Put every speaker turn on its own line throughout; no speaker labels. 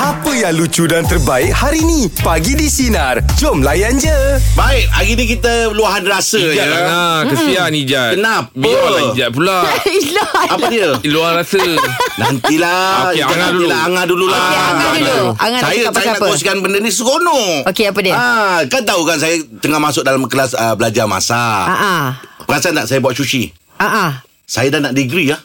Apa yang lucu dan terbaik hari ni? Pagi di Sinar. Jom layan je.
Baik, hari ni kita luahan rasa ya. je.
Ijat lah nah, Kesian Ijat
Kenapa?
Biar orang Ijat pula
Ilah
Apa dia?
Luar rasa
Nantilah.
Okey,
Jangan
Angah dulu.
nantilah, Angah dululah.
Okey, Angah dulu. Angah nak
saya,
cakap
saya
pasal
nak
apa?
kongsikan benda ni seronok.
Okey, apa dia?
Ah, kan tahu kan saya tengah masuk dalam kelas ah, belajar masak.
Ah ah.
Perasan tak saya buat sushi?
Ah ah.
Saya dah nak degree ya.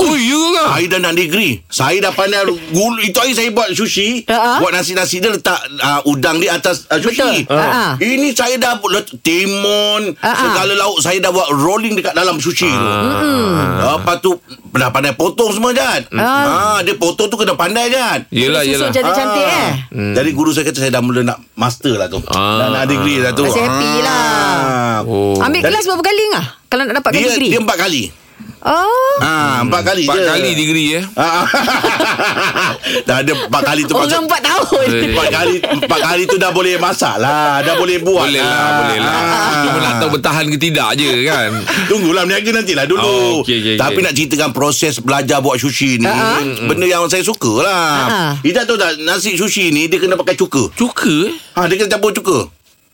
Oh ya ke
Saya dah nak degree. Saya dah pandai gul itu hari saya buat sushi,
Ha, ha.
buat nasi-nasi dia letak uh, udang di atas uh, sushi.
Betul. Ha, ha.
Ini saya dah bu- let, timun,
Ha, ha.
segala lauk saya dah buat rolling dekat dalam sushi tu.
Ah.
Mm-hmm. Lepas tu dah pandai potong semua Jad. Ha,
Ah.
dia potong tu kena pandai Jad.
Yelah yelah
Susu cantik-cantik
Ah.
eh.
Hmm. Jadi guru saya kata saya dah mula nak master lah tu.
Ah.
Dah nak degree lah tu.
Rasa happy lah.
Ah.
Oh.
Ambil
Jadi-
kelas berapa kali ngah? Kalau nak dapatkan
Dia
degree.
dia empat kali.
Oh.
Ah, empat kali
Hmm. Empat
je.
kali degree eh
Ah, dah ada empat kali tu
Orang
maksud
empat tahun.
Eh.
empat kali empat kali tu dah boleh masak lah dah boleh buat Ah.
Boleh lah Boleh lah Cuma nak tahu bertahan ke tidak je kan
Tunggulah meniaga nantilah dulu
Oh, okey, okey,
Tapi
okey.
nak ceritakan proses belajar buat sushi ni
Ah,
uh-huh. Benda yang saya suka lah
Ha-ha.
Ijat tahu tak nasi sushi ni dia kena pakai cuka
Cuka eh
ha, Dia kena campur cuka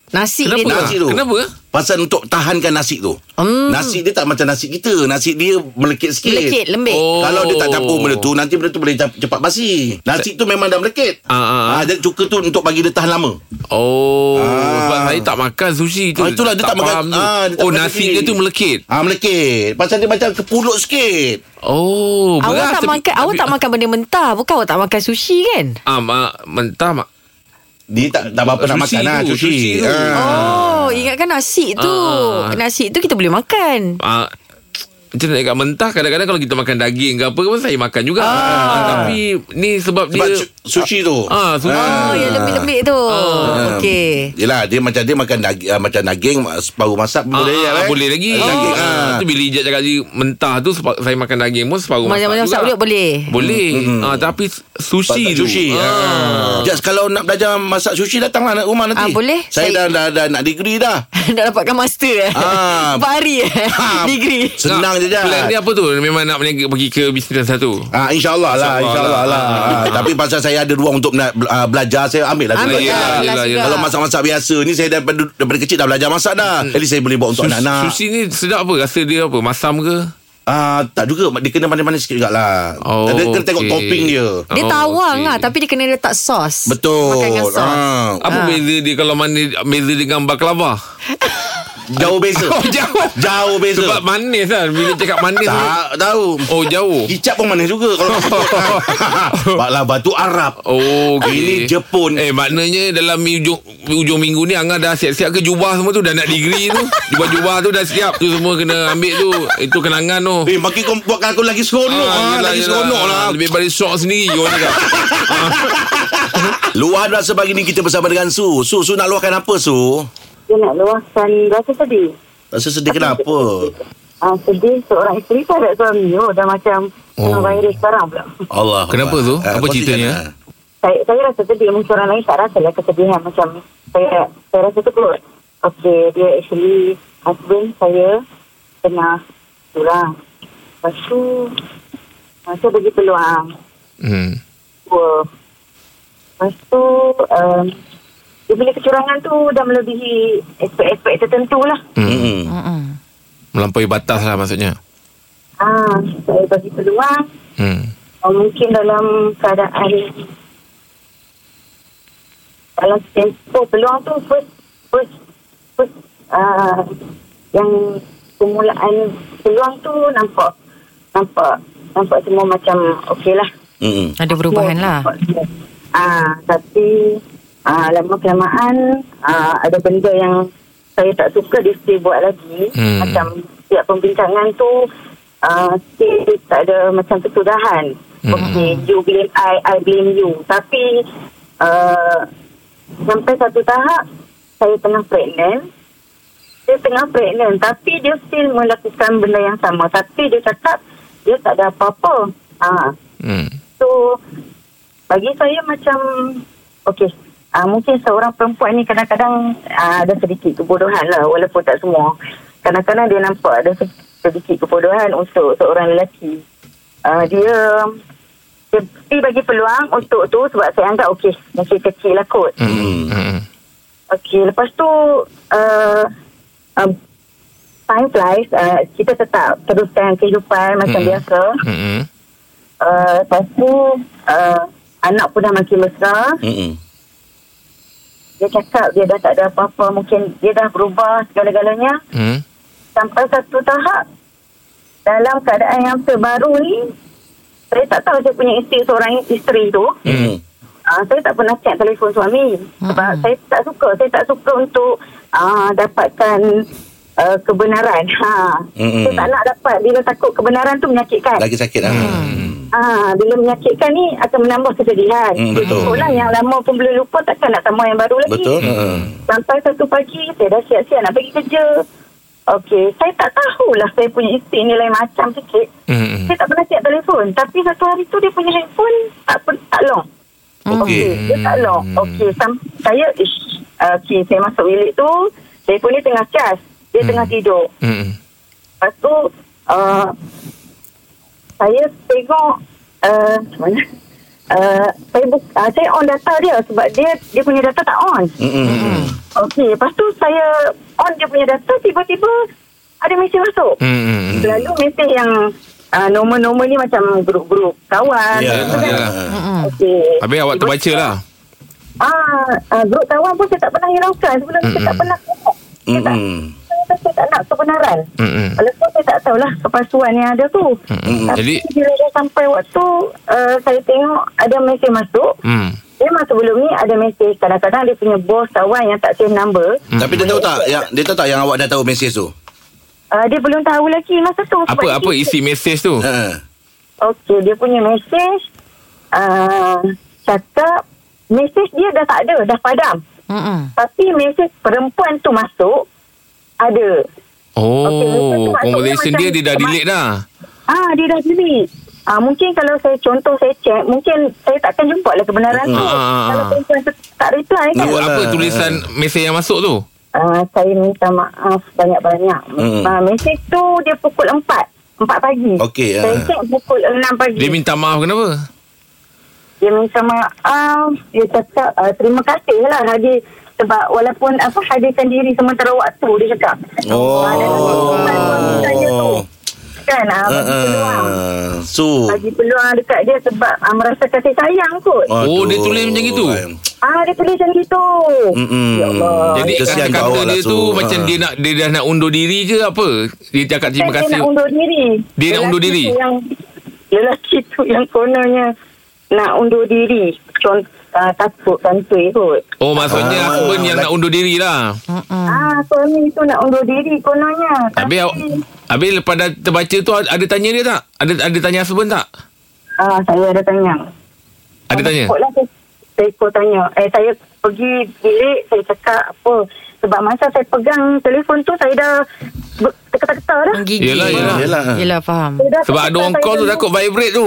Nasi dia
Kenapa
tu.
Nasi tu
Kenapa?
Pasal untuk tahankan nasi tu
Hmm.
Nasi dia tak macam nasi kita Nasi dia melekit sikit
Melekit, lembik.
Oh.
Kalau dia tak campur benda tu Nanti benda tu boleh cap- cepat basi Nasi tu memang dah melekit
Ah, ah, ah.
Ah, Jadi cuka tu untuk bagi dia tahan lama
Oh
Ah.
Sebab saya tak makan sushi tu
Ah, itulah, dia tak makan-
faham tu.
ah, dia tak
Oh
makan
nasi
sushi.
dia tu melekit
Ah melekit Pasal dia macam kepulut sikit
Oh
Awak
beras
tak
tapi-
makan awak
tapi-
tak makan benda mentah. Bukan awak tak makan sushi kan?
Ah, ma- mentah mak.
Dia tak, tak apa-apa nak
Sushi
makan
tu,
lah Sushi,
sushi tu.
Oh, ingatkan nasi tu.
Ah.
Nasi tu kita boleh makan.
Ah, macam nak cakap mentah kadang-kadang kalau kita makan daging ke apa ke pun saya makan juga. Ah, tapi ni sebab,
Sebab
dia
su- sushi tu Ah.
Ah, sushi.
Oh, yang lembik-lembik tu. Okey.
Yelah dia macam dia makan daging, ah, macam daging baru masak
Ah,
boleh ya,
ah,
kan?
boleh lagi.
Ah, daging,
Daging. Ah.
ah.
Tu bila Ijat cakap tadi mentah tu sepa- saya makan daging pun separuh masak.
Macam-macam
juga.
masak boleh boleh.
Boleh.
Hmm,
Ah, tapi sushi tu.
Sushi ah. Just kalau nak belajar masak sushi Datanglah nak rumah nanti
Ah, boleh.
Saya, dah,
Saya-
dah, dah nak degree dah
Nak dapatkan master eh.
Ah.
Empat hari eh.
Ah.
Degree.
Senang je Jad
Plan dia apa tu? Memang nak meniaga pergi ke bisnes satu.
Ah, InsyaAllah lah
InsyaAllah
InsyaAllah
lah.
lah Ah, Tapi pasal saya ada ruang Untuk nak ah, belajar Saya ambil lah tu.
yelah,
Ambil lah.
yelah,
kelas
yelah.
juga.
Kalau masak-masak biasa ni Saya daripada, daripada kecil Dah belajar masak dah
Hmm.
At least saya boleh buat untuk
Sus-
anak-anak
Sushi ni sedap apa? Rasa dia apa? Masam ke?
Ah, tak juga Dia kena pandai-pandai sikit juga lah
Oh,
Dia kena tengok
okey.
topping dia
Dia
Oh,
tawang
okey.
lah Tapi dia kena letak sos
Betul
Makan dengan sos
Ah,
Apa beza dia kalau mana beza dengan baklava?
Jauh beza
Oh, jauh.
Jauh beza
Sebab manis kan Bila cakap manis
Tak tahu
Oh jauh
Kicap pun manis juga Kalau Baklava tu Arab
Oh okay.
Ini Jepun.
Eh maknanya dalam ujung, ujung minggu ni Angah dah siap-siap ke jubah semua tu Dah nak degree tu Jubah-jubah tu dah siap Tu semua kena ambil tu Itu kenangan tu
Eh makin kau buatkan aku lagi seronok ah,
yelah,
Lagi
yelah.
seronok lah
Lebih pada syok sendiri Orang cakap
Luahan rasa pagi ni kita bersama dengan Su Su, Su nak luahkan apa Su?
Dia nak luahkan rasa sedih.
Rasa sedih kenapa?
Ah, sedih seorang isteri tak ada suami. Oh, dah macam oh. virus sekarang pula.
Allah
Kenapa, Su?
Ah,
Apa
kau
ceritanya?
ceritakan, ah.
Saya, saya rasa sedih. Mungkin orang lain tak rasa lah kesedihan. Macam saya, saya rasa tu keluar. Okay, dia actually husband saya tengah curang. Lepas tu, ah, saya bagi peluang.
hmm.
Dua. Lepas tu, um, dia punya kecurangan tu dah melebihi aspek-aspek tertentu lah.
ah. Mm-mm.
Hmm. Melampaui batas lah maksudnya
Ah, saya bagi peluang.
hmm.
Oh, mungkin dalam keadaan dalam tempoh peluang tu first first first uh, yang permulaan peluang tu nampak nampak nampak semua macam okey lah.
Mm-mm.
Ada perubahan lah
Ah, tapi ah, lama kelamaan ah, ada benda yang saya tak suka dia still buat lagi.
Hmm.
Macam setiap pembincangan tu ah, still tak ada macam kesudahan.
Hmm.
Okay, you blame I, I blame you. Tapi ah, sampai satu tahap saya tengah pregnant. Dia tengah pregnant tapi dia still melakukan benda yang sama. Tapi dia cakap dia tak ada apa-apa. Ah,
Hmm.
So bagi saya macam okey uh, mungkin seorang perempuan ni kadang-kadang uh, ada sedikit kebodohan lah walaupun tak semua. Kadang-kadang dia nampak ada se- sedikit kebodohan untuk seorang lelaki. Uh, Ah, dia dia Tapi bagi peluang untuk tu sebab saya anggap okey masih kecil lah kot. Hmm.
Hmm.
Okey lepas tu uh, um, time flies uh, kita tetap teruskan kehidupan macam
Hmm.
biasa.
Hmm.
Uh, lepas tu uh, anak pun dah makin besar.
Mm-mm.
Dia cakap dia dah tak ada apa-apa mungkin dia dah berubah segala-galanya.
Hmm.
sampai satu tahap dalam keadaan yang terbaru ni saya tak tahu saya punya isteri seorang isteri tu
Mm-mm.
uh, saya tak pernah check telefon suami sebab
Mm-mm.
saya tak suka saya tak suka untuk uh, dapatkan uh, kebenaran ha
Mm-mm.
saya tak nak dapat bila takut kebenaran tu menyakitkan
Hmm. Lagi sakit lah.
Ah, bila menyakitkan ni akan menambah kesedihan.
Hmm, betul.
Orang yang lama pun belum lupa takkan nak tambah yang baru lagi.
Betul? Mm.
Sampai satu pagi saya dah siap-siap nak pergi kerja. Okey, saya tak tahulah saya punya isteri ni lain macam sikit.
Hmm.
Saya tak pernah siap telefon. Tapi satu hari tu dia punya handphone tak, per, tak long. Okey, okay, dia tak long. Okey, sam- saya ish, okey, saya masuk bilik tu, telefon dia tengah cas. Dia
Hmm.
tengah tidur.
Hmm.
Lepas tu uh, saya tengok uh, macam mana? Uh, saya, bu- uh, saya on data dia sebab dia dia punya data tak on.
Mm-mm.
Okey, lepas tu saya on dia punya data tiba-tiba ada mesej masuk.
Hmm.
Selalu mesej yang uh, nombor-nombor ni macam grup-grup kawan.
Ya.
gitu kan.
ya.
Okey.
Habis awak terbaca lah.
Ah, uh, grup kawan pun saya tak pernah hiraukan sebelum mm saya tak pernah tengok. Saya tak,
Mm-mm.
saya, saya tak nak kebenaran.
Hmm.
Walaupun saya tak tahulah kepasuan yang ada tu.
Mm-mm.
Tapi
Jadi-
bila dah sampai waktu uh, saya tengok ada mesej masuk.
Hmm.
Memang sebelum ni ada mesej kadang-kadang dia punya bos kawan yang tak save number.
Tapi dia tahu tak yang dia tahu tak yang awak dah tahu mesej tu?
Uh, dia belum tahu lagi masa tu. sebab
Apa apa
dia-
isi mesej tu?
Ha.
Okey, dia punya mesej uh, cakap mesej dia dah tak ada, dah padam.
Mm-mm.
Tapi mesej perempuan tu masuk ada.
Oh, conversation dia dia dah delete dah.
Ah, dia dah delete. Ah, mungkin kalau saya contoh saya check, mungkin saya takkan jumpa lah kebenaran tu.
Ah, ah, ah.
Kalau perempuan tu tak reply kan.
Ni-
Apa tulisan mesej yang masuk tu?
Ah, saya minta maaf banyak-banyak.
Hmm.
Ah, mesej tu dia pukul 4. 4 pagi.
Okey,
Saya
ah.
check pukul 6 pagi.
Dia minta maaf kenapa?
dia minta maaf dia cakap uh, terima kasih lah Hadi sebab walaupun apa hadirkan diri sementara waktu dia cakap
Oh.
Ah, dalam kehidupan wanita dia tu. kan uh,
Ha.
bagi peluang
Oh.
So.
bagi peluang dekat dia sebab uh, merasa kasih sayang kot ah
Oh, dia tulis macam gitu?
dia tulis macam gitu
Mm-mm.
ya Allah
Jadi
Kesian kat
kata-kata
awak lah
dia tu
tu.
macam
Ha.
dia nak dia dah nak undur diri ke apa? Dia cakap terima
Kan dia
kasih.
nak undur diri
Dia nak undur
Lelaki
diri?
tu yang, lelaki tu yang kononnya nak undur diri contoh uh, takut kantoi kot
Oh, maksudnya
Ah.
aku pun yang nak undur diri lah.
Ah, suami tu nak undur diri kononnya.
Habis awak- Habis lepas dah terbaca tu ada tanya dia tak? Ada ada tanya husband tak?
Ah, saya ada tanya.
Ada tanya?
Ikut lah saya, saya ikut tanya. Eh, saya pergi bilik, saya cakap apa. Sebab masa saya pegang telefon tu, saya dah ber- terketa-keta dah.
Menggigil.
Yelah, yelah.
Yelah.
Yelah, faham.
Saya dah
Sebab ada
terketa-keta,
orang call tu
saya-
takut vibrate tu.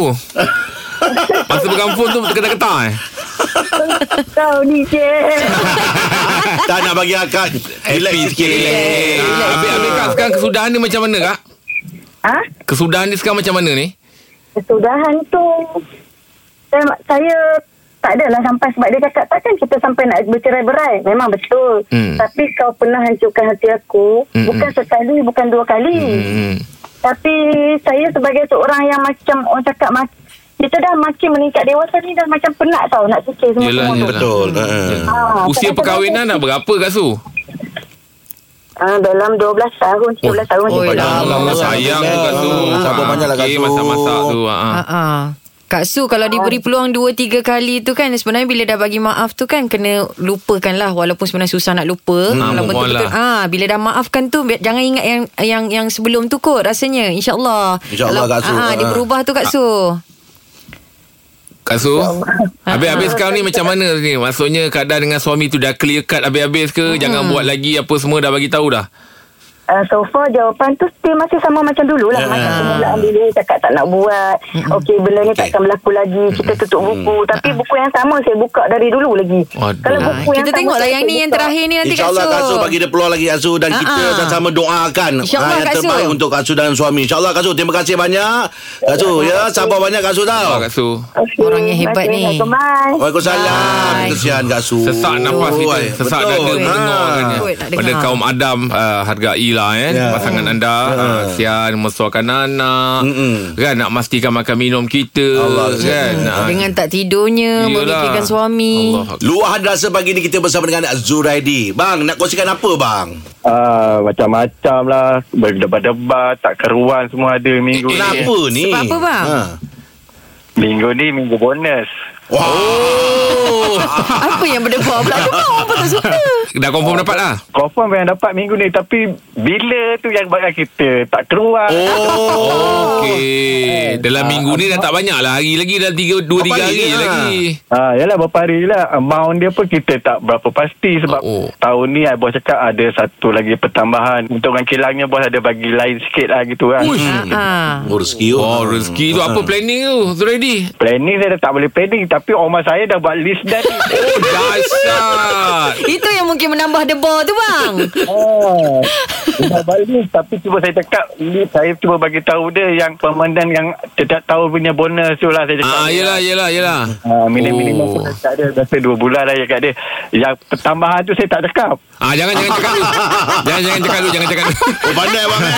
Masa pegang phone tu terketa-keta eh.
Kau ni je.
Ah, tak nak bagi akak relax sikit.
Relax.
Relax.
Ah, Habis habis kak sekarang kesudahan dia macam mana kak?
ha?
Kesudahan dia sekarang macam mana ni?
Kesudahan tu, saya, saya tak adalah sampai sebab dia cakap takkan kita sampai nak bercerai-berai. Memang betul.
Hmm.
Tapi kau pernah hancurkan hati aku.
Hmm,
Bukan sekali, bukan dua kali.
Hmm.
Tapi saya sebagai seorang yang macam orang cakap mak- kita dah makin meningkat dewasa ni dah macam penat tau nak fikir
Yelah,
semua-semua tu.
yelah.
Betul. Ha.
Ah,
Usia
kadang-kadang
perkahwinan
tu-
dah berapa Kak Su?
Ah, dalam 12 tahun, 13 tahun.
Oh,
lebih.
dah
Ya Allah,
Allah,
sayang tu Kak Su.
Allah, sabar
Ah,
banyaklah, Kak
okey,
Su.
Masak-masak tu. ah, ah.
Ha ah. Kak Su kalau diberi peluang 2 3 kali tu kan sebenarnya bila dah bagi maaf tu kan kena lupakan lah walaupun sebenarnya susah nak
Hmm,
lupa Kalau
move on
betul-betul- ah bila dah maafkan tu bi- jangan ingat yang yang yang sebelum tu kot rasanya insyaallah
InsyaAllah, Kak
Kalau-
Su.
ah, dia
Ah.
berubah tu Kak Su
Kak Su Habis-habis sekarang ni macam mana ni
Hmm.
Maksudnya keadaan dengan suami tu Dah clear cut habis-habis ke Jangan buat lagi apa semua Dah bagi tahu dah
Uh, so far jawapan tu still masih sama macam dulu
Ya.
lah. Macam permulaan dulu cakap tak nak buat. Okey benda ni takkan berlaku lagi. Kita tutup buku.
Ah.
Tapi buku yang sama saya buka dari dulu lagi.
Aduh.
Ah, kita
sama
tengoklah
saya
yang ni yang
buka.
terakhir ni nanti
InsyaAllah Kak Su bagi dia peluang lagi Kak Su Dan kita
Ha-ha.
sama-sama doakan Ah,
InsyaAllah,
Yang
Kak Su.
terbaik untuk Kak Su dan suami InsyaAllah Kak Su Terima kasih banyak Kak Su ya, Sabar banyak Kak Su
Nampak
tau
Kak Su
Okey,
Orang yang hebat
baik,
ni.
Assalamualaikum.
Oh, Waalaikumsalam
Bye.
Kesian Kak Su
Sesak nafas kita
Oi,
Sesak
Oh, betul.
dada mendengar
Ha.
orangnya.
Betul, nak
Pada
dengar.
kaum Adam uh, Hargai lah eh
Ya.
yeah. Pasangan anda yeah. uh, Sian Mensuakan anak
Mm-mm.
Kan nak pastikan makan minum kita
Allah, ya. Ha.
kan Ah,
Dengan tak tidurnya
iyalah.
Memikirkan suami
Allah.
Luahan rasa pagi ni kita bersama dengan Zuraidi Bang nak kongsikan apa bang?
Ah, macam-macam lah Berdebat-debat Tak keruan semua ada
Eh,
minggu ni
Kenapa ni?
Sebab apa, bang?
Ha.
Minggu ni minggu bonus
Wah
Oh.
Apa yang berdebar pula Debar apa tak suka
Dah confirm dapat lah
Confirm yang dapat minggu ni Tapi bila tu yang bakal kita Tak keruan
Oh
Okey Dalam minggu ni dah tak banyak lah Hari lagi dah 3, 2-3
Berapa
hari,
hari ni,
hari
ha?
lagi
Ah, yalah berapa hari lah Amount dia pun kita tak berapa pasti Sebab
Oh.
oh. tahun ni ah, Bos cakap ada satu lagi pertambahan Untuk orang kilangnya Bos ada bagi lain sikit lah gitu kan
Uish.
Ah,
Oh rezeki
Oh rezeki tu apa planning tu Zuraidi
Planning saya dah tak boleh planning Tapi oma saya dah buat list dah ni
Oh dahsyat
Itu yang mungkin menambah debar tu bang
Ah, dah buat list Tapi cuba saya cakap list Saya cuba bagi tahu dia Yang permandan yang Tidak tahu punya bonus tu lah Saya cakap
Ah, yelah, yelah, yelah.
Ah, minim-minim
Oh.
oh. aku dah cakap dia Biasa dua bulan lah yang kat dia Yang pertambahan tu saya tak cakap
Ah, jangan, jangan cakap dulu. jangan, jangan cakap dulu, jangan cakap dulu.
Oh pandai bang eh?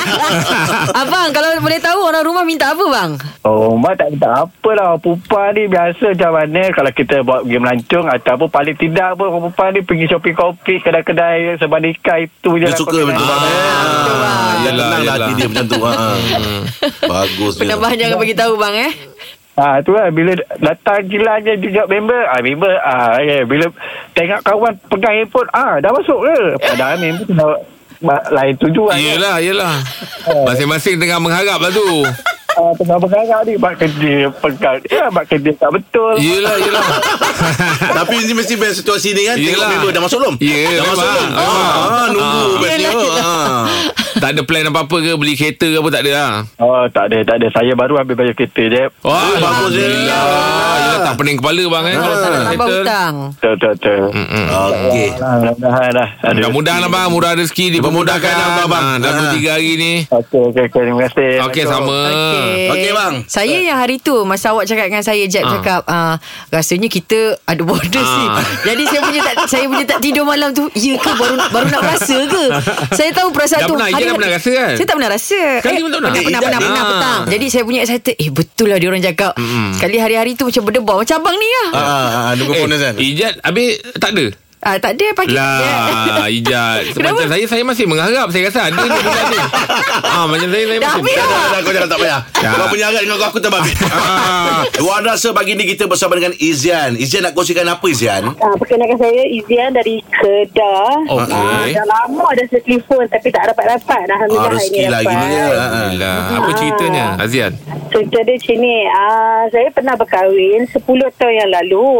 Abang kalau boleh tahu Orang rumah minta apa bang
Ya.
Oh, Mak tak minta apa lah. Perempuan ni biasa macam mana kalau kita buat pergi melancong ataupun paling tidak pun orang perempuan ni pergi shopping kopi kedai-kedai sebab nikah itu je
Dia
lah
suka
kau
macam tu
kenal.
Ah,
bang eh?
betul, bang.
Dia
Yelah,
tenang lah hati
yelah.
dia macam tu ha. Bagus dia
Penambahan jangan bagi tahu bang eh
Ah, tu lah bila datang gila je juga member, ah member ah yeah. bila tengok kawan pegang handphone, ah dah masuk ke? Padahal member kena ba- lain tujuan. kan?
Yelah, yelah.
Eh.
Masing-masing tengah mengharap lah tu.
Ah, tengah bergarap ni buat kerja pegang. Ya, buat kerja tak betul.
Yelah, yelah.
Tapi ini mesti best situasi ni kan Tengok
Yelah.
member dah masuk belum?
Ya,
dah
memang,
masuk belum?
memang.
Ah, ah, Nunggu
Ah.
bestnya ha.
tak ada plan apa-apa ke beli kereta ke apa tak ada lah.
Oh, tak ada, tak ada. Saya baru ambil bayar kereta je.
Wah,
Eh, bagus je.
Alhamdulillah. Yelah, tak pening kepala bang eh. Kalau tak ada
Tambah
kereta. Ah.
hutang
Betul, betul, betul.
Mm-mm.
Okey
Ah, Mudah-mudahan lah. Ada-
Mudah-mudahan lah bang Murah rezeki Dipermudahkan
Dipermudahkan, Eh,
lah
abang.
bang
Ah.
Dalam 3 hari ni
Okey, okey, okey. Terima kasih.
Okey sama Eh,
Okey.
Okey, bang.
Saya yang hari tu masa awak cakap dengan saya Jeb
Ah.
cakap ah rasanya kita ada border
Ah.
sih. Jadi saya punya tak saya punya tak tidur malam tu. Ya ke baru baru nak rasa ke? Saya tahu perasaan
Dah
tu.
pernah, Ijaz dah
hari-
pernah rasa kan?
Saya tak pernah rasa.
Sekali pun tak pernah?
Pernah
Eh,
pernah
Ijaz
pernah,
dia-
pernah
Ah.
petang. Jadi saya punya excited. Eh betul lah dia orang cakap. Sekali hari-hari tu macam berdebar macam abang ni lah.
Ah, ah, ah, Ada
Eh,
bonus kan?
Ijat habis tak ada
Ah tak ada pakai.
Lah Ijat
Kenapa?
Macam saya Saya masih mengharap Saya rasa ada je bulan ni ah, Macam saya Saya
Dah
masih
habis
Dah,
dah.
dah, dah, kau jangan tak payah.
Dah.
Kau punya agak dengan kau, aku terbabit. Ya. Ah. Luar rasa pagi ni kita bersama dengan Izian. Izian nak kongsikan apa Izian?
Ah, perkenalkan saya Izian dari Kedah.
Okey.
Ah, dah lama dah saya telefon tapi tak dapat-dapat.
Ah,
Alhamdulillah hari
rezeki
ni
lah
dapat.
gini dia. Ah, ah.
Alhamdulillah lah. Apa ceritanya Azian
Cerita dia macam ni ah, Saya pernah berkahwin 10 tahun yang lalu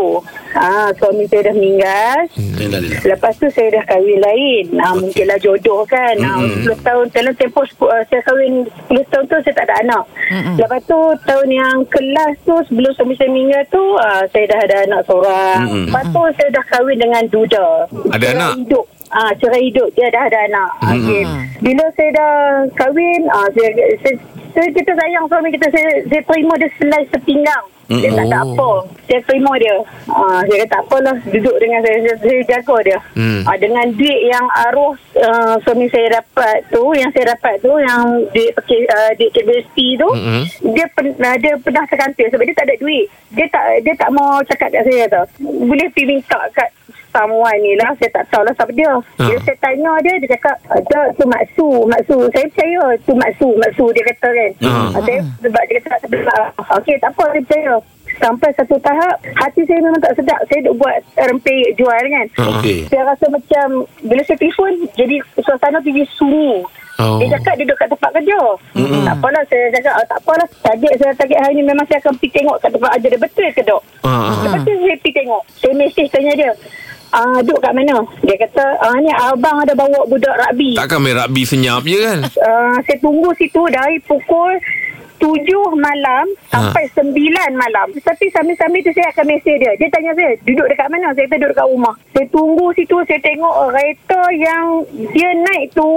ah, Suami saya dah meninggal
Alhamdulillah.
Lepas tu saya dah kahwin lain ah, Mungkinlah jodoh kan mm-hmm. ah, 10 tahun Dalam tempoh sepu- ah, saya kahwin 10 tahun tu saya tak ada anak mm-hmm. Lepas tu tahun yang kelas tu Sebelum suami saya meninggal tu ah, Saya dah ada anak seorang mm-hmm. Lepas tu saya dah kahwin dengan duda
Ada
Cerai
anak? Mhm.
hidup Ah, cerai hidup dia dah ada anak. Mm-hmm. Okey. Bila saya dah kahwin, ah saya, saya, saya kita sayang suami kita saya, saya terima dia selai sepinggang. Mm-hmm. Dia
Mhm. Oh.
tak ada apa. Saya terima dia. Ah saya kata tak apalah duduk dengan saya saya, saya jaga dia.
Hmm.
Ah dengan duit yang arwah uh, suami saya dapat tu, yang saya dapat tu yang duit okay, uh, duit KBSP tu,
Mm-mm.
dia pen, uh, dia pernah terkantil sebab dia tak ada duit. Dia tak dia tak mau cakap kat saya tau. Boleh pergi minta kat someone ni lah Saya tak tahulah siapa dia Bila
Ha.
saya tanya dia Dia cakap Tak tu Maksu Maksu Saya percaya tu Maksu Maksu dia kata kan
Ha.
saya, Sebab dia kata "Ah, Okey tak apa Saya percaya Sampai satu tahap Hati saya memang tak sedap Saya duk buat Rempeyek jual kan
Ah.
Okey.
Saya rasa macam Bila saya telefon Jadi suasana tu jadi sunyi
Oh.
Dia cakap dia duduk kat tempat kerja mm-hmm. Tak apalah saya cakap oh, Tak apalah Target saya target hari ni Memang saya akan pergi tengok Kat tempat kerja dia Betul ke dok
Ah, ah.
Lepas tu saya pergi tengok Saya mesej tanya dia
ah, duk kat mana? Dia kata, ah, ni abang ada bawa budak rugby.
Takkan main rugby senyap je kan?
Uh, saya tunggu situ dari pukul 7 malam
Ha.
sampai 9 malam. Tapi sambil-sambil tu saya akan mesej dia. Dia tanya saya, duduk dekat mana? Saya kata duduk dekat rumah. Saya tunggu situ, saya tengok kereta yang dia naik tu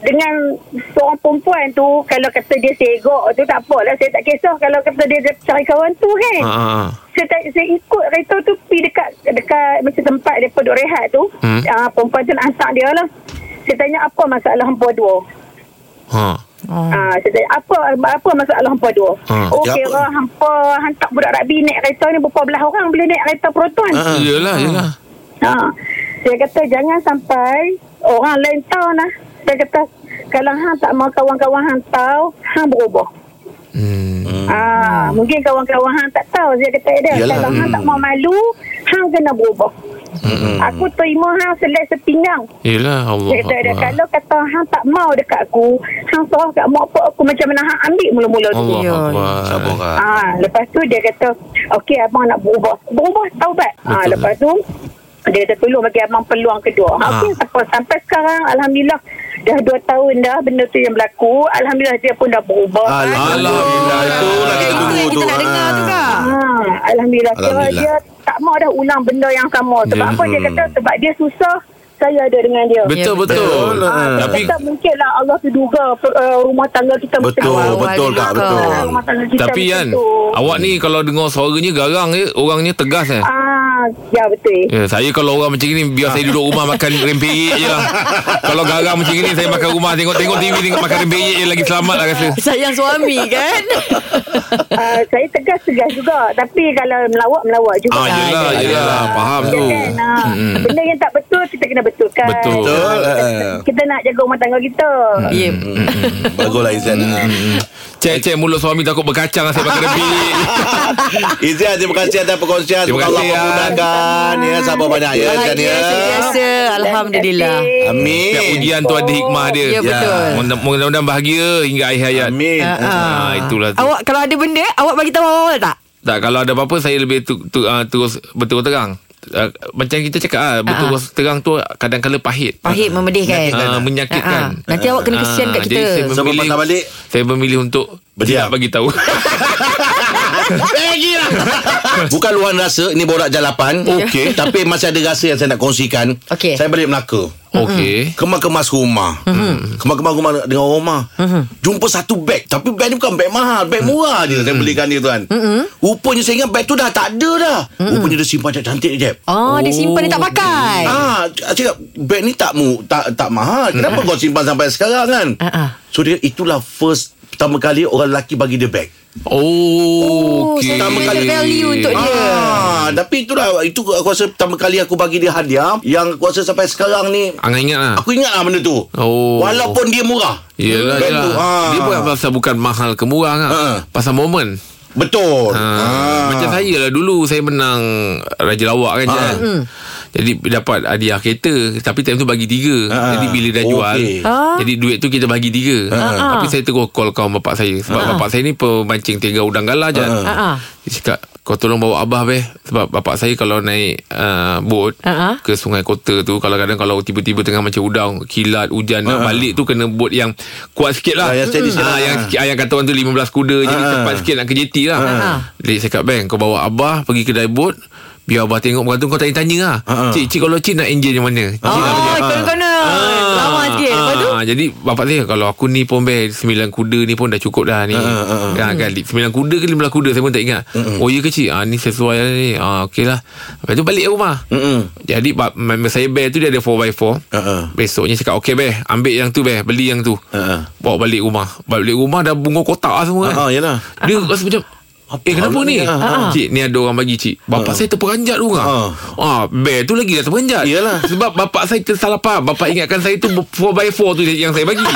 dengan seorang perempuan tu kalau kata dia segok tu tak apalah saya tak kisah kalau kata dia cari kawan tu kan
Ha, ha.
saya, tak, saya ikut kereta tu pergi dekat dekat macam tempat dia duk rehat tu
Hmm.
hmm. uh, perempuan tu nak hantar dia lah saya tanya apa masalah hampa dua
Ha.
Oh.
Ah, saya tanya, apa apa masalah hampa dua?
Ah,
oh,
Hmm. dia
kira
apa?
hampa hantar budak rugby naik kereta ni berapa belah orang boleh naik kereta Proton.
Ah.
Ah.
Yelah, yelah.
Saya kata jangan sampai orang lain tahu lah. Saya kata kalau hang tak mau kawan-kawan hang tahu, hang berubah.
Hmm.
Ah, mungkin kawan-kawan hang tak tahu saya kata dia.
Yalah,
Kalau hang
hmm.
tak mau malu, hang kena berubah. Aku terima hang selai sepinggang.
Yelah, Allah.
Dia kata dia
Allah.
kalau kata hang tak mau dekat aku, hang suruh kat mak pak aku macam mana hang ambil mula-mula tu.
Allah
Ya.
Akbar.
Sabar kak.
Ah, lepas tu dia kata, okey abang nak berubah. Berubah taubat.
Betul.
Ah, lepas tu dia kata tolong bagi abang peluang kedua.
Ah.
Ah. Okey, sampai, sampai sekarang alhamdulillah dah 2 tahun dah benda tu yang berlaku. Alhamdulillah dia pun dah berubah.
Ah, Alhamdulillah. Itulah kita
Itu
tunggu
yang
tu.
kita nak dengar tu
Ah.
kak.
Ah, alhamdulillah.
Alhamdulillah.
alhamdulillah. Dia tak mau dah ulang benda yang sama. Sebab
Dia-
apa dia kata? Sebab dia susah, saya ada dengan dia.
Ya. Betul,
Ya,
betul.
betul.
Ah, dia
Tapi
kata mungkinlah Allah tu duga per- uh, rumah tangga kita
Betul,
bercerai.
betul kak, betul.
Ah, rumah tangga kita
tapi
macam
kan,
tu.
awak ni kalau dengar suaranya garang je, orangnya tegas eh.
Ah, ya betul.
Ya, saya kalau orang macam ni Biar saya duduk rumah makan rempeyek je lah Kalau garang macam ni Saya makan rumah Tengok-tengok TV Tengok makan rempeyek je Lagi selamat lah rasa
Sayang suami kan?
Uh, saya tegas-tegas juga Tapi kalau melawak-melawak juga
Ah, yelah,
Ah,
yelah Faham
Kan,
tu
ah.
Mm-mm.
Benda yang tak betul Kita kena betulkan
Betul.
Betul. eh.
Kita nak jaga rumah tangga kita
Ya.
Baguslah Izan. mm.
Cek-cek mulut suami takut berkacang lah Saya makan rempeyek
Eh.
Izan, terima kasih atas perkongsian.
Terima
Semoga Allah
kasih, An.
memudahkan. Ya, sabar banyak ya Izan
Bahagia
ya.
sentiasa. Alhamdulillah.
Amin.
Setiap ujian tu ada hikmah dia
Ya, betul.
Mudah- Mudah-mudahan bahagia Hingga akhir hayat
Amin.
Ah, ah.
Ah, itulah tu.
Awak kalau ada benda, awak bagi tahu awal tak?
Tak kalau ada apa-apa Saya lebih tu, tu, uh, terus Betul terang uh, Macam kita cakap uh, Betul terang tu Kadang-kadang pahit
Ah, Pahit memedihkan.
Ah, menyakitkan.
Ah, ah. Nanti awak kena kesian
Ah,
kat
Jadi saya
kita.
Sebelum
memilih,
patah balik.
Saya memilih untuk
Berdiam.
tidak bagi tahu.
Eh,
Bukan luar rasa Ini borak jalapan Okey Tapi masih ada rasa yang saya nak kongsikan
Okey. Mhm.
Saya balik Melaka
Okey.
Kemas-kemas rumah mm-hmm. Kemas-kemas rumah dengan orang rumah mm-hmm. Jumpa satu beg Tapi beg ni bukan beg mahal Beg
Hmm.
murah je Saya belikan dia tu kan mm-hmm.
Mhm.
Rupanya saya ingat beg tu dah tak ada dah mm-hmm. Rupanya dia simpan cantik-cantik je
Oh, dia simpan dia tak pakai.
Ah, cakap beg ni tak mu tak tak mahal. Kenapa kau simpan sampai sekarang kan?
Mhm. Ah, ah.
So dia itulah first pertama kali orang lelaki bagi dia beg.
Oh, okey.
sentimental value
Eh,
untuk dia.
Ah, tapi itulah itu aku rasa pertama kali aku bagi dia hadiah yang aku rasa sampai sekarang ni
Angan ingat lah.
aku ingat lah benda tu.
Oh.
Walaupun dia murah.
Yelah,
Beg
yelah.
tu, ah.
Dia bukan pasal bukan mahal ke murah kan.
Ha.
Pasal momen.
Betul.
Ha.
Ah.
Macam saya lah dulu saya menang Raja Lawak kan.
Ha.
Jan.
Hmm.
Jadi dapat hadiah kereta Tapi time tu bagi tiga
Ha.
Jadi bila dah jual
Okey. Ah.
Ha?
Jadi duit tu kita bagi
Ah,
tiga Tapi saya terus call kawan bapak saya Sebab bapak saya ni pemancing tiga udang galah je
Ah, ah.
Dia cakap Kau tolong bawa Abah beh Sebab bapak saya kalau naik uh, Bot
Ah, ah.
Ke sungai kota tu Kadang-kadang kalau tiba-tiba Tengah macam udang Kilat hujan Nak balik tu kena bot yang Kuat sikit lah
Ah, yang steady sikit
Ah,
lah.
Yang sikit- ah, yang kata orang tu 15 kuda Jadi
Ah.
cepat sikit nak ke JT lah
ah.
Dia cakap bang Kau bawa Abah Pergi kedai bot Biar Abah tengok Bukan tu kau tanya-tanya lah
Ah, ah.
Cik, cik kalau cik nak enjin yang mana Cik nak
Oh, kena-kena. Lama sikit. Lepas tu?
Ah, Jadi bapak saya Kalau aku ni pun best Sembilan kuda ni pun dah cukup dah ni
ah,
ha, kan, li- Sembilan kuda ke lima belas kuda Saya pun tak ingat Oh ya kecil ha, Ni sesuai lah ni ha, Okey lah Lepas tu balik rumah
Mm-mm.
Jadi bab- member saya bear tu Dia ada 4x4
Uh-uh.
Besoknya cakap Okey bear Ambil yang tu bear Beli yang tu
Uh-uh.
Bawa balik rumah Balik rumah dah bunga kotak lah semua
Ha,
kan
yelah.
dia rasa macam Eh kenapa
pula ni?
ni?
Ha,
Cik ni ada orang bagi cik. Bapak saya terperanjat tu kan.
Ha.
Ah, bear tu lagi dah terperanjat.
Iyalah.
Sebab bapak saya tersalah faham. Bapak ingatkan saya tu 4x4 tu yang saya bagi.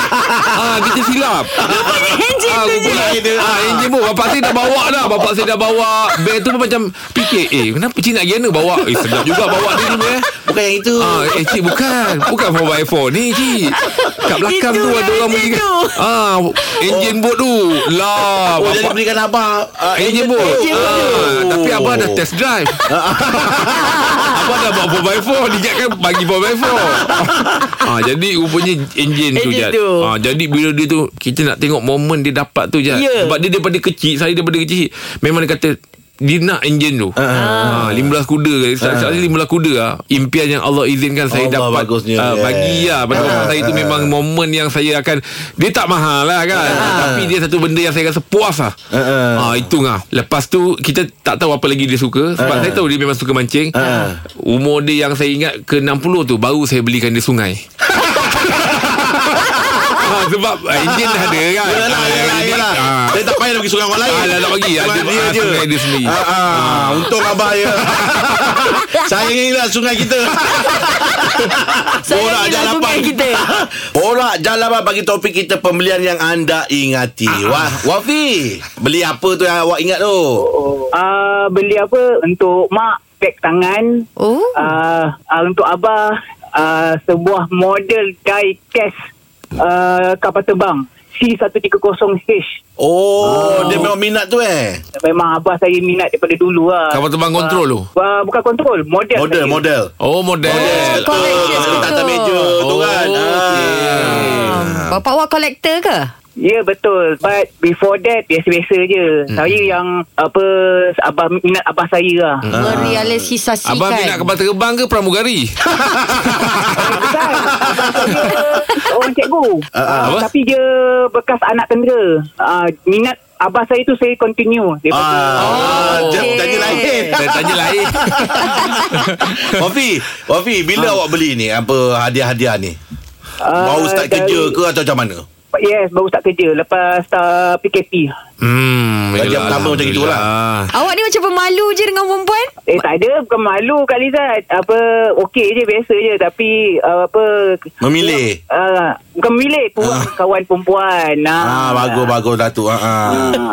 ah, kita silap.
Enjin
Ah,
tu je.
rupanya dia. Ah, enjin pun bapak saya dah bawa dah. Bapak saya dah bawa. Bear tu pun macam fikir, "Eh, kenapa cik nak giana bawa?" Eh, sedap juga bawa dia ni eh.
Bukan yang itu.
Ah, eh cik bukan Bukan 4x4 Ni cik Kat belakang
Itu
tu ada
yang
orang
engine
berikan
tu.
Ah, Enjin boat tu Lah
Oh,
bapak-
jadi belikan abah uh,
Ah, Engine boat
Oh.
ah, Tapi abang dah test drive Abang dah bawa 4x4 Dia kan bagi 4x4 ha, Jadi rupanya Enjin tu
Enjin
Jad
tu.
ha, Jadi bila dia tu Kita nak tengok Momen dia dapat tu Jad
Ya.
Sebab dia daripada kecil Saya daripada kecil Memang dia kata dia nak enjin tu ha, 15 kuda ke Saya uh. 15 kuda lah Impian yang Allah izinkan Saya
Allah
dapat
bagusnya, yeah.
ah, Bagi lah Pada orang saya
Ah.
tu memang Momen yang saya akan Dia tak mahal lah kan Tapi dia satu benda Yang saya rasa puas lah
Ah.
Ah, itu lah Lepas tu Kita tak tahu apa lagi dia suka Sebab saya tahu dia memang suka mancing
Ah.
Umur dia yang saya ingat Ke 60 tu Baru saya belikan dia sungai Ah, sebab ah, enjin dah ada
Yalah,
kan Ah,
yalah,
jadi,
yalah.
ah.
Saya tak payah nak pergi surau orang lain.
Ah, dah tak bagi. Ah,
Sebab
dia-
dia
ah,
je.
sungai dia sendiri.
Ah, ah, untung abah ya. Saya ingat sungai kita.
Saya ingat sungai kita.
Borak jalapan bagi topik kita pembelian yang anda ingati. Wah, Wafi, beli apa tu yang awak ingat tu?
Ah, beli apa untuk mak beg tangan.
Oh.
Ah, ah, untuk abah ah, sebuah model diecast ah, kapal terbang C130H.
Oh, dia memang minat tu eh.
Memang abah saya minat daripada dulu lah.
Kapal terbang kontrol tu
Ah, bukan kontrol, model.
Model,
saya.
model.
Oh model
Model.
Betul. collection
Betul. Tata
Ya, betul.
meja tu
Oh,
kan.
okey.
Ah.
Um, bapak awak kolektor ke?
Ya yeah, betul But before that Biasa-biasa je hmm. Saya yang Apa abah, Minat abah saya lah hmm.
Merealisasikan.
Abang minat kapal terbang ke pramugari?
Ah, Bukan Dia Orang cikgu
Ah, ah,
Ah,
apa?
Tapi dia Bekas anak tentera Ah, Minat abah saya tu Saya continue Daripada
Ah,
Oh,
dia
okey.
tanya lain.
Saya tanya lain
Wafi, Wafi,
Ah.
bila awak beli ni apa hadiah-hadiah ni?
Ah,
Baru start
dari-
kerja ke atau macam mana?
Yes baru start kerja Lepas start PKP
Hmm
Gaji
yelah,
pertama macam lah. itulah.
Alhamdulillah.
Awak ni macam pemalu je dengan perempuan?
Eh tak ada Bukan malu Kak Lizat Apa Okey je biasa je Tapi uh, Apa
Memilih.
uh, Bukan memilih Kurang kawan perempuan
Ya.
Ah, bagus bagus Datuk. Ha. Ah.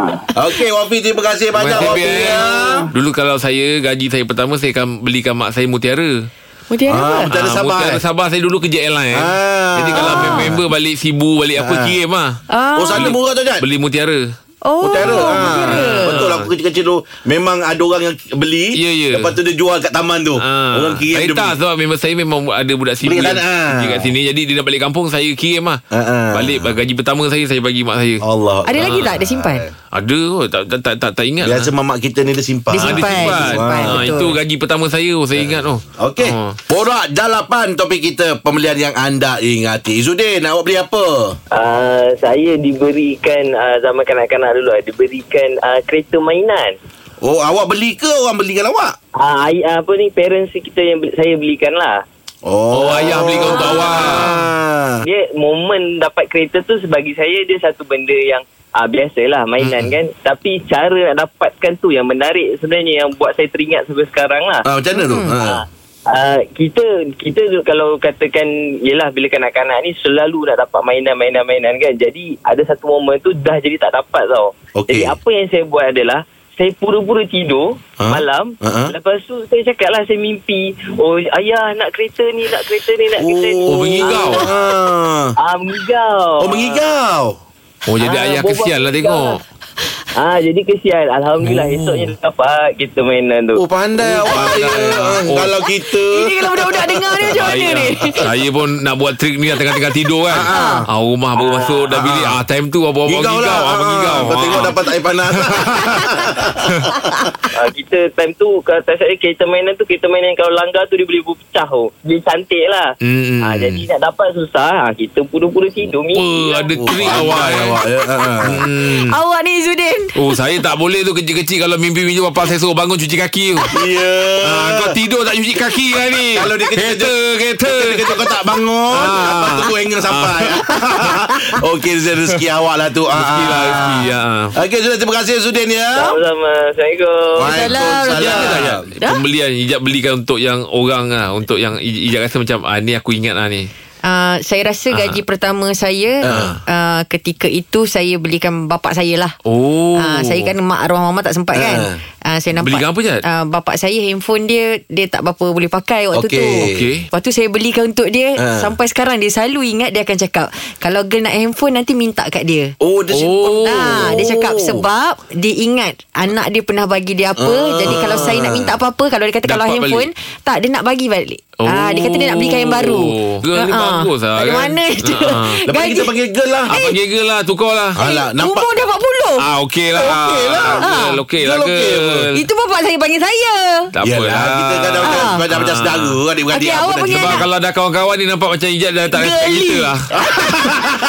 Okey, Wafi terima kasih banyak
Terima
Wafi.
kasih,
Ya.
Bian. Dulu kalau saya gaji saya pertama saya akan belikan mak saya mutiara.
Mutiara
Ah,
apa?
mutiara
Ah,
Sabah.
Mutiara
eh?
Sabah saya dulu kerja airline.
Ah.
Jadi kalau member balik Sibu balik apa kirim ah.
Ah.
Oh, sana murah tu Jad?
Beli mutiara.
Oh,
Mutiara. Ah.
mutiara.
Betul aku kecil-kecil tu memang ada orang yang beli
Ya, ya.
lepas tu dia jual kat taman tu.
Ah.
Oh, Orang kirim
saya
dia
tak
beli.
sebab memang saya memang ada budak Sibu
Beli kat
yang
tanah.
kerja kat sini. Jadi dia nak balik kampung saya kirim ah.
Ah, ah. Oh.
Balik gaji pertama saya saya bagi mak saya.
Allah.
Ada lagi tak? Dia simpan?
Ada kot tak tak tak tak, tak ingat
Biasa
lah.
mamak kita ni dia simpan.
Dia
Ah,
simpan,
disimpan.
dia simpan,
Ah,
betul.
itu gaji pertama saya oh, saya ingat oh.
Okey.
Ah.
Borak jalapan topik kita pembelian yang anda ingati. Izudin, awak beli apa?
Uh, saya diberikan uh, zaman kanak-kanak dulu uh, diberikan uh, kereta mainan.
Oh, awak beli ke orang belikan awak?
Uh, I, uh, apa ni parents kita yang beli, saya belikan lah.
Oh, ayah belikan untuk awak.
Ah.
Dia momen dapat kereta tu bagi saya dia satu benda yang uh, biasalah mainan kan. Tapi cara nak dapatkan tu yang menarik sebenarnya yang buat saya teringat sampai sekarang lah.
Ah, macam mana tu? Ha.
Uh, kita kita tu kalau katakan Yelah bila kanak-kanak ni selalu nak dapat mainan-mainan-mainan kan Jadi ada satu momen tu dah jadi tak dapat tau
Okey.
Jadi apa yang saya buat adalah Saya pura-pura tidur
Ha?
malam
Ha, ha.
Lepas tu saya cakap lah saya mimpi Oh ayah nak kereta ni nak kereta ni nak kereta ni
Oh, mengigau.
Ah.
Ah mengigau
Oh, mengigau.
Oh jadi
Ah,
ayah
buat-buat
kesian lah tengok
Ah jadi kesian Alhamdulillah oh. esoknya dapat kereta mainan tu
Oh, pandai awak. ya.
Oh.
Kalau kita...
Ini kalau budak-budak dengar dia macam mana
Saya-
ni?
Saya pun nak buat trik ni lah Tengah-tengah tidur kan ah, Rumah baru masuk Dah bilik ah, Time tu abang-abang
Gigau
gigau
lah. Ah,
Abang gigau
Kau tengok
Ah.
dapat air panas.
Ah, kita time tu kalau tak saya kereta mainan tu kereta mainan yang kalau langgar tu dia boleh berpecah oh. Dia cantik lah.
Hmm.
Ah, jadi nak dapat susah ah, kita pura-pura tidur mimpi
Wah,
lah.
ada trik
Pandai
awak eh.
awak. ya. Oh, Ah, ah.
Awak ni Izudin.
Oh saya tak boleh tu kecil-kecil Kalau mimpi-mimpi Bapak saya suruh bangun cuci kaki tu
Ya.
ah, Kau tidur tak cuci kaki kan ni
Kalau dia kerja-
Kereta Kereta
Kejap kau tak bangun
Ah.
Lepas tu kau hanggang sampai Okey Zul, rezeki awak lah tu
Rezeki lah rezeki ya.
Okey sudah terima kasih Sudin ya
Sama-sama. Assalamulikum.
Waalaikumsalam.
Waalaikumsalam
Pembelian Ijab belikan untuk yang orang lah Untuk yang Ijab rasa macam ah, Ni "Ah, aku ingat lah ni
uh, saya rasa gaji pertama saya
Ah.
uh, ketika itu saya belikan bapak saya lah.
Oh.
Ah, saya kan mak arwah mama tak sempat kan. Ah, saya nampak.
Belikan apa, Jad?
Ah, bapak saya handphone dia dia tak berapa boleh pakai waktu
Okey.
tu.
Okey.
Lepas tu saya belikan untuk dia
Ah.
sampai sekarang dia selalu ingat dia akan cakap kalau girl nak handphone nanti minta kat dia.
Oh, dia
Oh.
Ah, dia cakap sebab dia ingat anak dia pernah bagi dia apa.
Ah.
Jadi kalau saya nak minta apa-apa kalau dia kata kalau
Dapat
handphone tak dia nak bagi balik.
Oh.
Ah, dia kata dia nak belikan yang baru.
Oh.
Girl ni
Ah, ah.
bagus lah,
Dari
kan?
mana tu?
Ah, ah.
Lepas ni kita panggil girl lah.
Ah, panggil girl lah, tukar lah.
Alah, nampak.
eh, Umur dah 40.
Ah, okey lah.
Okey lah.
Girl, okey lah,
Girl okey
girl.
Itu bapak saya panggil saya.
Tak
Yalah,
apalah.
kita kan dah macam,
Ah.
dah macam saudara, adik-beradik. apa
Okey,
dah
awak kan? panggil
sebab-
Sebab
anak.
kalau dah kawan-kawan ni nampak macam Ijat dah tak respect
Girly.
kita lah.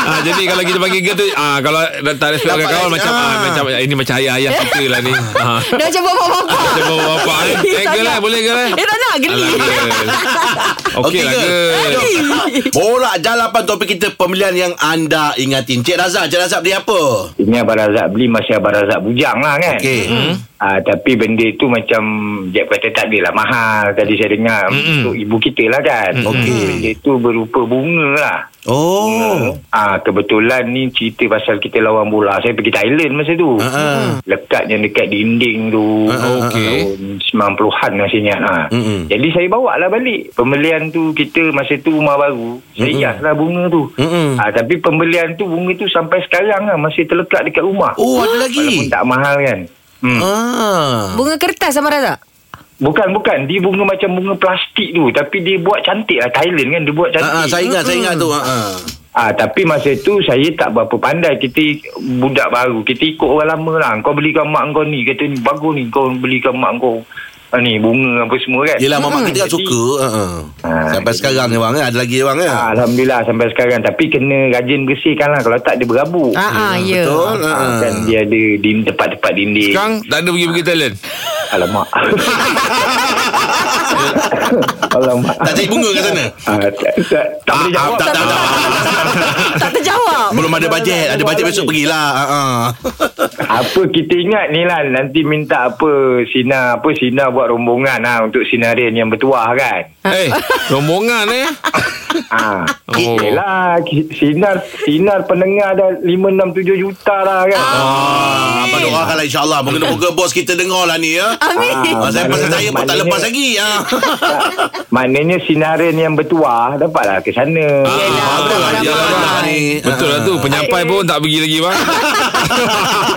ah, jadi kalau kita panggil girl tu ah, kalau dah tak respect
Nampak
kawan-kawan
dah-
macam ah.
ah.
macam ini macam ayah-ayah kita lah ni. Ah.
Dah macam bapak-bapak.
Macam bapak-bapak ni. Eh, girl lah, boleh girl lah.
Dia tak nak geli.
Alah, girl. Okey lah, girl.
Borak jalapan topik kita pemilihan yang anda ingatin. Cik Razak, Cik Razak beli apa?
Ini Abang Razak beli Masih Abang Razak bujang lah kan
Okey. Hmm.
Ah, tapi benda tu macam Jeb kata tak adalah mahal Tadi saya dengar
Mm-mm.
Untuk ibu kita lah kan
Okey.
Benda tu berupa bunga lah
Oh.
Ah kebetulan ni cerita pasal kita lawan bola. Saya pergi Thailand masa tu.
Ah, Ha-ha.
Lekat yang dekat dinding tu.
Ha-ha.
Okey.
Tahun 90-an masih ingat. Ha.
ah, Mm-mm.
Jadi saya bawa lah balik. Pembelian tu kita masa tu rumah baru. Saya hiaslah bunga tu.
Mm-mm.
Ah, tapi pembelian tu bunga tu sampai sekarang lah. Masih terlekat dekat rumah.
Oh, ada
Walaupun
lagi.
tak mahal kan. Hmm.
Ah.
Bunga kertas sama rasa.
Bukan, bukan. Dia bunga macam bunga plastik tu. Tapi dia buat cantik lah. Thailand kan dia buat cantik.
Ah, ah, saya ingat, saya ingat tu. Ah, ah.
Ah tapi masa tu saya tak berapa pandai kita budak baru kita ikut orang lama lah kau belikan mak kau ni kata ni bagus ni kau belikan mak kau ah, ni bunga apa semua kan
Yelah, mamak kita kan
Jadi-
suka. Ah, ah.
Ah,
Sampai
jadi-
sekarang ni bang, eh. ada lagi bang. eh.
Ah, Alhamdulillah sampai sekarang tapi kena rajin bersihkan lah kalau tak dia berabuk
Ha ah, ya.
Betul. Ah,
Ah, kan dia ada di tempat-tempat dinding
Sekarang tak ada pergi-pergi talent.
alamak alamak
Tak cari bunga ke sana?
Ah, tak, tak, tak boleh
Ah,
jawab
tak, tak, tak.
Tak terjawab.
Belum ada bajet. Ada bajet besok pergilah. Ah, ah.
Apa kita ingat ni lah Nanti minta apa Sina Apa Sina buat rombongan lah Untuk sinarin yang bertuah kan
Eh, rombongan eh.
ha.
Oh.
oh. Yelah ki- Sinar Sinar pendengar dah 5-6-7 juta lah kan
Ah, apa doakanlah insyaAllah. Moga-moga bos kita dengar lah ni ya.
Amin.
Ah, saya pasal
maknanya-
saya pun tak
maknanya-
lepas lagi. Ah.
Maknanya sinarin yang bertuah Dapatlah ke sana
Ah, betul lah,
ramai.
iyalah, dah ni. Betul lah tu Penyampai pun tak pergi lagi bang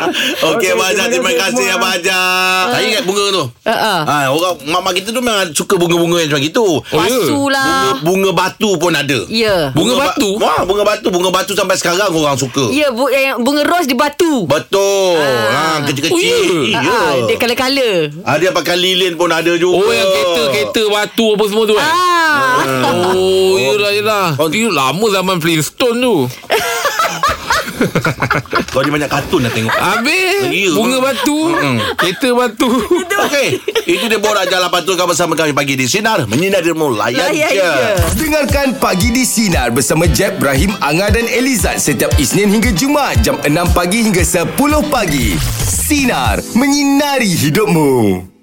Okey,
Okey,
Abang Ajak. Terima
terima kasih
kasih,
semua.
Abang Ajak. Saya ingat bunga tu.
Ha ah.
Ah, orang mak kita tu memang suka bunga-bunga yang macam gitu.
Oh, ya?
Pasu
Bunga,
lah.
bunga batu pun ada.
Ya.
Bunga
ba-
batu?
Wah, bunga batu. Bunga batu sampai sekarang orang suka.
Ya, bu- eh, bunga ros di batu.
Betul. Ha,
Oh, ya?
Oh, kecil-kecil.
Ha
Ya.
ah, dia kala-kala.
Ah, dia pakai lilin pun ada juga.
Oh yang kereta Kereta batu apa semua tu kan
Ah.
Oh yelah yelah
Oh.
Itu lama zaman Flintstone tu
Kau ni banyak kartun dah tengok.
Habis
Ya,
Bunga
bang.
batu
Mm-mm.
Kereta batu
Okey, itu dia borak jalan patut kau bersama kami pagi di sinar menyinari dirimu layan,
Layan
je.
je.
Dengarkan Pagi di Sinar bersama Jeb, Ibrahim, Anga dan Elizad setiap Isnin hingga Jumaat jam 6 pagi hingga 10 pagi. Sinar, menyinari hidupmu.